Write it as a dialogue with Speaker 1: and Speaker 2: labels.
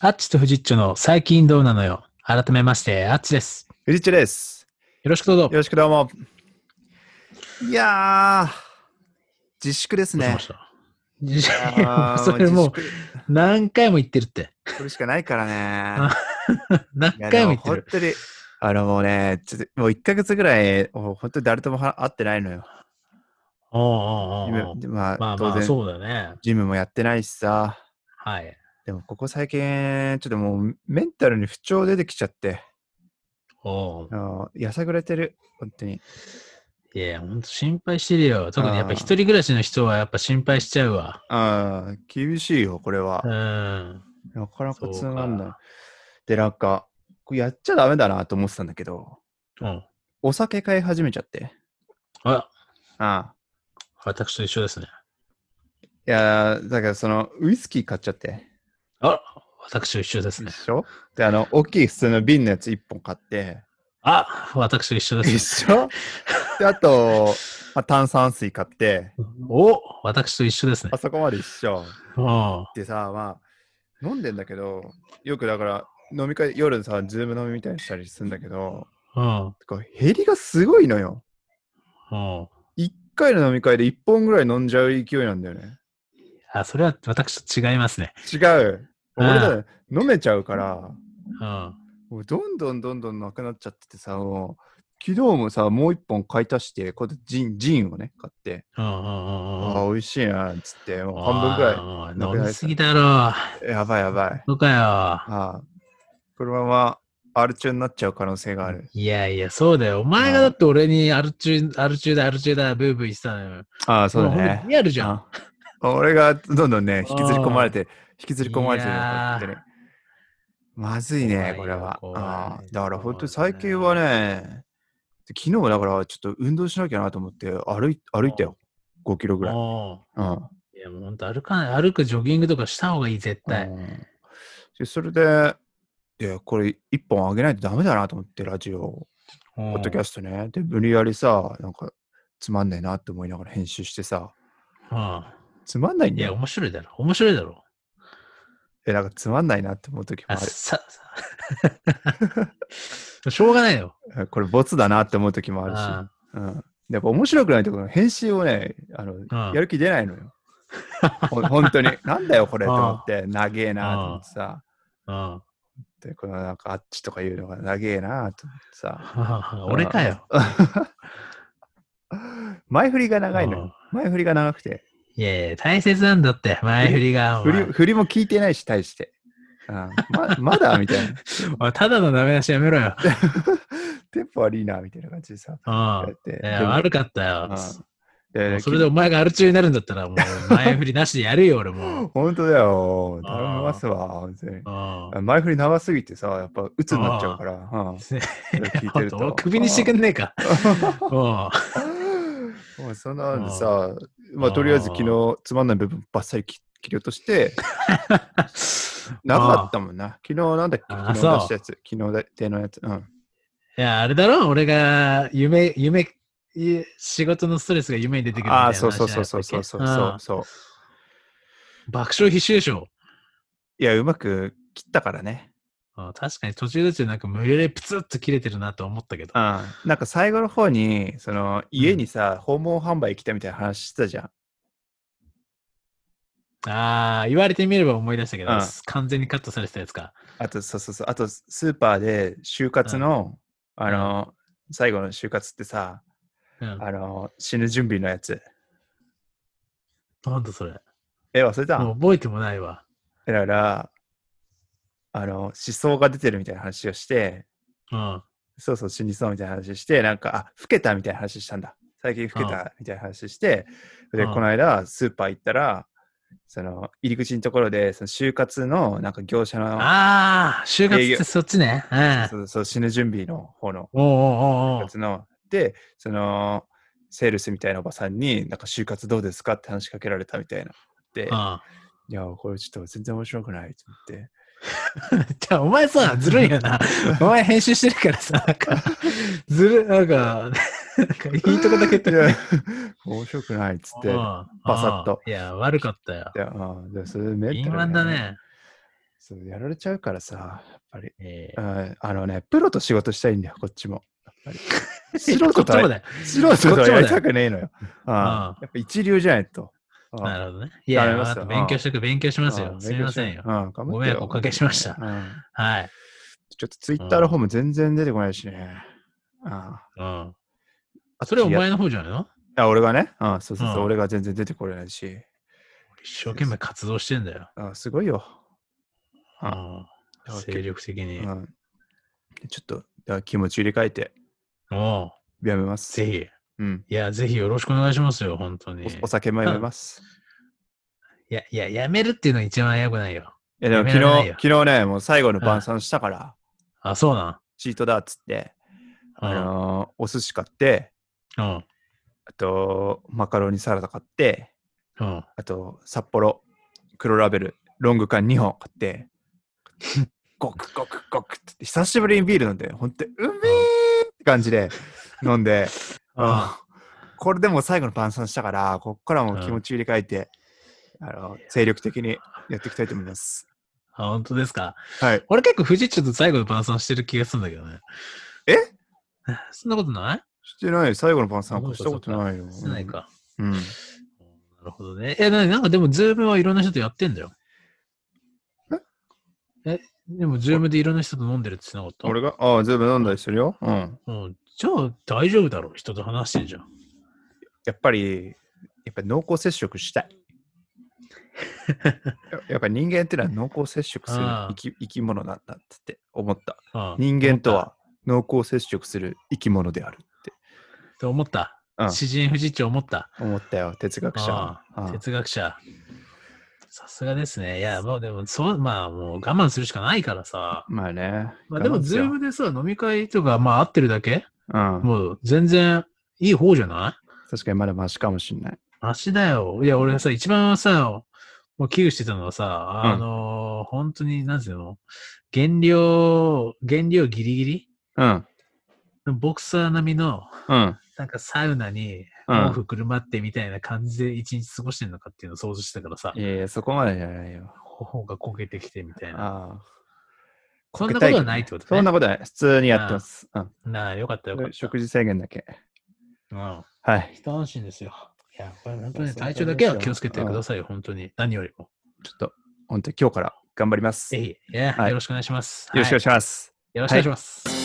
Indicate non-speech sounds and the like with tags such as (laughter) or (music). Speaker 1: アッチとフジッチョの最近どうなのよ。改めまして、アッチです。
Speaker 2: フジッチです。
Speaker 1: よろしくどうぞ。
Speaker 2: よろしくどうも。いやー、自粛です
Speaker 1: どうし
Speaker 2: ね
Speaker 1: ま。した自
Speaker 2: いやー
Speaker 1: 信 (laughs) それもう
Speaker 2: 自
Speaker 1: 何回も言ってるって。
Speaker 2: 粛これしかないから
Speaker 1: あ
Speaker 2: ね。
Speaker 1: 何
Speaker 2: いや
Speaker 1: 回も言
Speaker 2: で
Speaker 1: って
Speaker 2: 本
Speaker 1: る。
Speaker 2: 当に、あのもうね、ちょっともう1ヶ月ぐらい、もう本当に誰ともは会ってないのよ。
Speaker 1: おうおうおうおう
Speaker 2: 今まあ、
Speaker 1: まあ
Speaker 2: 当
Speaker 1: まあ、
Speaker 2: 然、
Speaker 1: そうだよね。
Speaker 2: ジムもやってないしさ。
Speaker 1: はい。
Speaker 2: でも、ここ最近、ちょっともうメンタルに不調出てきちゃって、
Speaker 1: おう
Speaker 2: あのやさぐれてる、本当に。
Speaker 1: いや、ほんと心配してるよ。特にやっぱ一人暮らしの人はやっぱ心配しちゃうわ。
Speaker 2: あー厳しいよ、これは
Speaker 1: う。ん。
Speaker 2: なかなかつまん
Speaker 1: そう
Speaker 2: ない
Speaker 1: か。
Speaker 2: で、なんか、これやっちゃダメだなと思ってたんだけど、
Speaker 1: うん。
Speaker 2: お酒買い始めちゃって。
Speaker 1: あ、
Speaker 2: ああ。
Speaker 1: 私と一緒ですね。
Speaker 2: いやー、だからその、ウイスキー買っちゃって。
Speaker 1: あ、私と一緒です
Speaker 2: で
Speaker 1: ね。
Speaker 2: しょで、あの、大きい普通の瓶のやつ1本買って。
Speaker 1: あ、私と一緒です
Speaker 2: 一
Speaker 1: ね。
Speaker 2: 緒で、あと、まあ、炭酸水買って。
Speaker 1: お、私と一緒ですね
Speaker 2: あ。そこまで一緒。
Speaker 1: おう
Speaker 2: でさ、まあ、飲んでんだけど、よくだから、飲み会、夜さ、ズーム飲みみたいにしたりするんだけど、
Speaker 1: うん。
Speaker 2: こう減りがすごいのよ。
Speaker 1: うん。
Speaker 2: 1回の飲み会で1本ぐらい飲んじゃう勢いなんだよね。
Speaker 1: あ、それは私と違いますね。
Speaker 2: 違う。俺ら飲めちゃうから、
Speaker 1: うん。
Speaker 2: もうどんどんどんどんなくなっちゃっててさ、もう昨日もさ、もう一本買い足して、こうやってジン、ジンをね、買って、
Speaker 1: うんうんうんうん。
Speaker 2: ああ、美味しいな、っつって、もう半分ぐ
Speaker 1: おい
Speaker 2: なくなりそう
Speaker 1: 飲みすぎだろ。
Speaker 2: らい、やばいやばい。
Speaker 1: そうか
Speaker 2: ああこのまま、アル中になっちゃう可能性がある
Speaker 1: よ。。いやいや、そうだよ。お前がだって俺にアル中、アル中だ、アル中だ、ブーブー言ってたのよ。
Speaker 2: ああ、そうだ
Speaker 1: もほん
Speaker 2: ね
Speaker 1: と。リアルじゃん。
Speaker 2: ああ俺がどんどんね、引きずり込まれて、引きずり込まれてるよ
Speaker 1: いやー
Speaker 2: 本当にまずいね、こ
Speaker 1: 怖い
Speaker 2: れ
Speaker 1: よ
Speaker 2: は。
Speaker 1: 怖い
Speaker 2: ああだから本当に
Speaker 1: 怖いね
Speaker 2: 最近はね、昨日はだからちょっと運動しなきゃなと思って歩い歩いたよ。5キロぐらい。
Speaker 1: おう
Speaker 2: うん。
Speaker 1: いや、もうほんと歩かない、歩くジョギングとかした方がいい、絶対。
Speaker 2: うんでそれで、いや、これ1本あげないとダメだなと思って、ラジオ、
Speaker 1: ほ
Speaker 2: ポッドキャストね。で、無理やりさ、なんかつまんないなって思いながら編集してさ、つまんないん
Speaker 1: い
Speaker 2: だ
Speaker 1: や、
Speaker 2: よ。
Speaker 1: 面白いだろ。面白いだろ。
Speaker 2: え、なんかつまんないなって思う時もあ
Speaker 1: あ、
Speaker 2: る。
Speaker 1: さ、 (laughs) しょうがないよ。
Speaker 2: うんこれボツだなって思う時もあるし。
Speaker 1: あ
Speaker 2: うん。やっぱ面白くないところの編集をね、あの、
Speaker 1: ん
Speaker 2: やる気出ない
Speaker 1: (laughs)
Speaker 2: のよ。ほん本当に。なんだよ、これと思って、長えなと思ってさ。
Speaker 1: あうん
Speaker 2: で、このなんかあっちとか言うのが長えなと思ってさ。
Speaker 1: 俺かよ。
Speaker 2: 前振りが長いのよ。前振りが長くて。
Speaker 1: いやいや、大切なんだって、前振りが。お
Speaker 2: (laughs) 振り
Speaker 1: 前
Speaker 2: 振りも聞いてないし、対して。うん、ま (laughs) まだみたいな。
Speaker 1: おいただのダメ出しやめろよ。
Speaker 2: テンポ悪いなみたいな感じでさ。
Speaker 1: (laughs) う
Speaker 2: やっ
Speaker 1: ん。
Speaker 2: て
Speaker 1: い
Speaker 2: で
Speaker 1: や、
Speaker 2: も
Speaker 1: 悪かったよ。
Speaker 2: うん
Speaker 1: も
Speaker 2: で
Speaker 1: うそれでお前がアル中になるんだったら、もう前振りなしでやるよ、俺も
Speaker 2: (laughs)
Speaker 1: う。
Speaker 2: 本当だよ。
Speaker 1: あー
Speaker 2: 頼みますわ。本当に
Speaker 1: うん
Speaker 2: 前振り長すぎてさ、やっぱ鬱になっちゃうから。うん
Speaker 1: い
Speaker 2: それ聞い
Speaker 1: (laughs)
Speaker 2: て
Speaker 1: 本
Speaker 2: る
Speaker 1: 当
Speaker 2: と
Speaker 1: 俺首にしてくんねえか。うん
Speaker 2: (laughs) もうそんなんでさ、まあとりあえず昨日つまんない部分ばっさり切切り落
Speaker 1: (laughs)
Speaker 2: として、なかったもんな。昨日なんだっけ
Speaker 1: あ
Speaker 2: 昨日出
Speaker 1: そう
Speaker 2: したやつ。昨日でのやつ。うん。
Speaker 1: いや、あれだろ俺が夢、夢、い仕事のストレスが夢に出てくるみたいな
Speaker 2: ああ、
Speaker 1: 話
Speaker 2: そうそうそうそうそうそう
Speaker 1: だ
Speaker 2: そ
Speaker 1: った
Speaker 2: う
Speaker 1: っけ
Speaker 2: そう。
Speaker 1: うん爆笑必死でしょ。
Speaker 2: いや、うまく切ったからね。
Speaker 1: うん確かに途中途中なんか無理やりプツッと切れてるなと思ったけど
Speaker 2: う。ん。なんか最後の方に、その家にさ、訪問販売来たみたいな話してたじゃん。
Speaker 1: ああ、言われてみれば思い出したけど、
Speaker 2: うん
Speaker 1: 完全にカットされてたやつか。
Speaker 2: あと、そうそうそう。あと、スーパーで就活の、あの、最後の就活ってさ、
Speaker 1: うん、
Speaker 2: あの、死ぬ準備のやつ。
Speaker 1: なんだそれ。
Speaker 2: え、忘れた
Speaker 1: もう覚えてもないわ。
Speaker 2: だから、あの、思想が出てるみたいな話をして、
Speaker 1: うん。
Speaker 2: そうそう、死にそうみたいな話して、なんか、あ、老けたみたいな話したんだ。最近老けたみたいな話して、で、
Speaker 1: うん
Speaker 2: この間、スーパー行ったら、その、入り口のところで、その、就活の、なんか、業者の、
Speaker 1: ああ、就活ってそっちね。うん。
Speaker 2: そうそう、死ぬ準備の方の、
Speaker 1: おうおうおうお
Speaker 2: 就
Speaker 1: う
Speaker 2: 活の、で、その、セールスみたいなおばさんに、なんか、就活どうですかって話しかけられたみたいな。で、
Speaker 1: うん。
Speaker 2: いや、これちょっと全然面白くないと思って。
Speaker 1: じゃあ、お前さ、ずるいよ
Speaker 2: (laughs)
Speaker 1: な。 (laughs) お前編集してるからさ、なんか、ずる、なんか、なんかいいとこだけ言って
Speaker 2: い
Speaker 1: る
Speaker 2: や
Speaker 1: ね。
Speaker 2: 面白くないっつって
Speaker 1: うん。
Speaker 2: バサッと
Speaker 1: うんいや、悪かったよ。
Speaker 2: で、ああでそれメンタル
Speaker 1: 敏腕だね。
Speaker 2: そう、やられちゃうからさ、やっぱり。
Speaker 1: えー
Speaker 2: ああのね、プロと仕事したいんだよ、こっちも。やっぱり
Speaker 1: (laughs)
Speaker 2: 素
Speaker 1: こっち
Speaker 2: 人とは
Speaker 1: もだよ。
Speaker 2: 素人
Speaker 1: こ
Speaker 2: と
Speaker 1: っ
Speaker 2: は
Speaker 1: ちもだよ
Speaker 2: やりたくねえのよ。ああやっぱ一流じゃないと。ああ
Speaker 1: なるほどね。いや、
Speaker 2: やりますよ
Speaker 1: わかった勉強しとく、勉強します
Speaker 2: あ
Speaker 1: よ。
Speaker 2: あ
Speaker 1: すみませんよ。
Speaker 2: 勉強しうん、頑張ってよ
Speaker 1: ご迷惑おかけしました。
Speaker 2: うん
Speaker 1: はい。
Speaker 2: ちょっとツイッターの方も全然出てこないしね。あ
Speaker 1: うん。それはお前の方じゃないの
Speaker 2: あ俺がね、あそうそうそう、
Speaker 1: うん
Speaker 2: 俺が全然出てこれないし。
Speaker 1: 一生懸命活動してんだよ。
Speaker 2: あすごいよ。
Speaker 1: う
Speaker 2: あ
Speaker 1: ん
Speaker 2: だから
Speaker 1: 精力的に。
Speaker 2: うんちょっとだから気持ち入れ替えて
Speaker 1: おう
Speaker 2: やめます。
Speaker 1: ぜひ。
Speaker 2: うん、
Speaker 1: いや、ぜひよろしくお願いしますよ、本当に。
Speaker 2: おお酒もやめます。
Speaker 1: いや、いや、やめるっていうのが一番やくないよ。
Speaker 2: いやでも
Speaker 1: やめ
Speaker 2: 昨
Speaker 1: られない
Speaker 2: 日
Speaker 1: よ
Speaker 2: 昨日ね、もう最後の晩餐したから、
Speaker 1: あ、そうな
Speaker 2: チートだっつって、あ
Speaker 1: ん。
Speaker 2: のーお寿司買って、
Speaker 1: うん。うん
Speaker 2: あとマカロニサラダ買って、
Speaker 1: うん。
Speaker 2: あと札幌黒ラベルロング缶2本買って、ゴクゴクゴクって言って久しぶりにビール飲んで、ほんとうめえって感じで飲んで、
Speaker 1: あ
Speaker 2: これでもう最後の晩餐したから、こっからもう気持ち入れ替えて、あの精力的にやっていきたいと思います。
Speaker 1: 本当ですか。
Speaker 2: はい。
Speaker 1: 俺結構富士ちょっと最後の晩餐してる気がするんだけどね。
Speaker 2: え
Speaker 1: (laughs) そんなことない
Speaker 2: してない、最後の晩餐なんかしたことないよ。
Speaker 1: してないか。
Speaker 2: うん。うん。
Speaker 1: なるほどね。いや、ななんかでも、ズームはいろんな人とやってんだよ。えでも、ズームでいろんな人と飲んでるって言ってなかっ
Speaker 2: 俺が、ああ、全部飲んだりするよ。うん。
Speaker 1: たうん。じゃあ、大丈夫だろう。人と話してんじゃん。
Speaker 2: やっぱり、やっぱり濃厚接触し
Speaker 1: (laughs)
Speaker 2: たい。ややっぱり人間ってのは濃厚接触する
Speaker 1: ああ
Speaker 2: 生き生き物なんだって思った。
Speaker 1: ああ
Speaker 2: 人間と。は濃厚接触する生き物であるって
Speaker 1: と思った
Speaker 2: う。ん
Speaker 1: 詩人富士町思った。
Speaker 2: 思ったよ、哲学者は
Speaker 1: あ。あ哲学者。さすがですね。いや、もうでも、そう、まあ、もう我慢するしかないからさ。
Speaker 2: うんまあね。
Speaker 1: まあ、でも、
Speaker 2: 我慢し
Speaker 1: ズ
Speaker 2: よう
Speaker 1: ームでさ、飲み会とか、まあ、合ってるだけ
Speaker 2: うん。
Speaker 1: もう、全然いい方じゃない
Speaker 2: 確かにまだマシかもしんない。
Speaker 1: マシだよ。いや、俺さ、一番さ、もう危惧してたのはさ、
Speaker 2: うん
Speaker 1: あのー本当に、なんていうの減量、減量ギリギリ
Speaker 2: うん。
Speaker 1: のボクサー並みの、
Speaker 2: うん。
Speaker 1: なんかサウナに、
Speaker 2: うん
Speaker 1: 毛布くるまってみたいな感じで一日過ごしてんのかっていうのを想像してたからさ、
Speaker 2: いやいや、そこまでじゃないよ。
Speaker 1: 頬が焦げてきてみたいな。
Speaker 2: ああ。
Speaker 1: そんなことはないってこと
Speaker 2: そん
Speaker 1: ね。
Speaker 2: なことはない。普通にやってます。うん。
Speaker 1: なあ、よかったよかった。
Speaker 2: 食事制限だけ。
Speaker 1: うん。
Speaker 2: はい。
Speaker 1: 一安心ですよ。いや、これ本当
Speaker 2: そう
Speaker 1: に
Speaker 2: そう
Speaker 1: 体調だけは気をつけてくださいよ、本当に。何よりも。
Speaker 2: ちょっと、本当に今日から頑張ります。
Speaker 1: ぜ
Speaker 2: よ
Speaker 1: ひ、いや
Speaker 2: はい
Speaker 1: よろしくお願いします。
Speaker 2: ろしくお願
Speaker 1: はい
Speaker 2: します。
Speaker 1: いよろしくお願いします。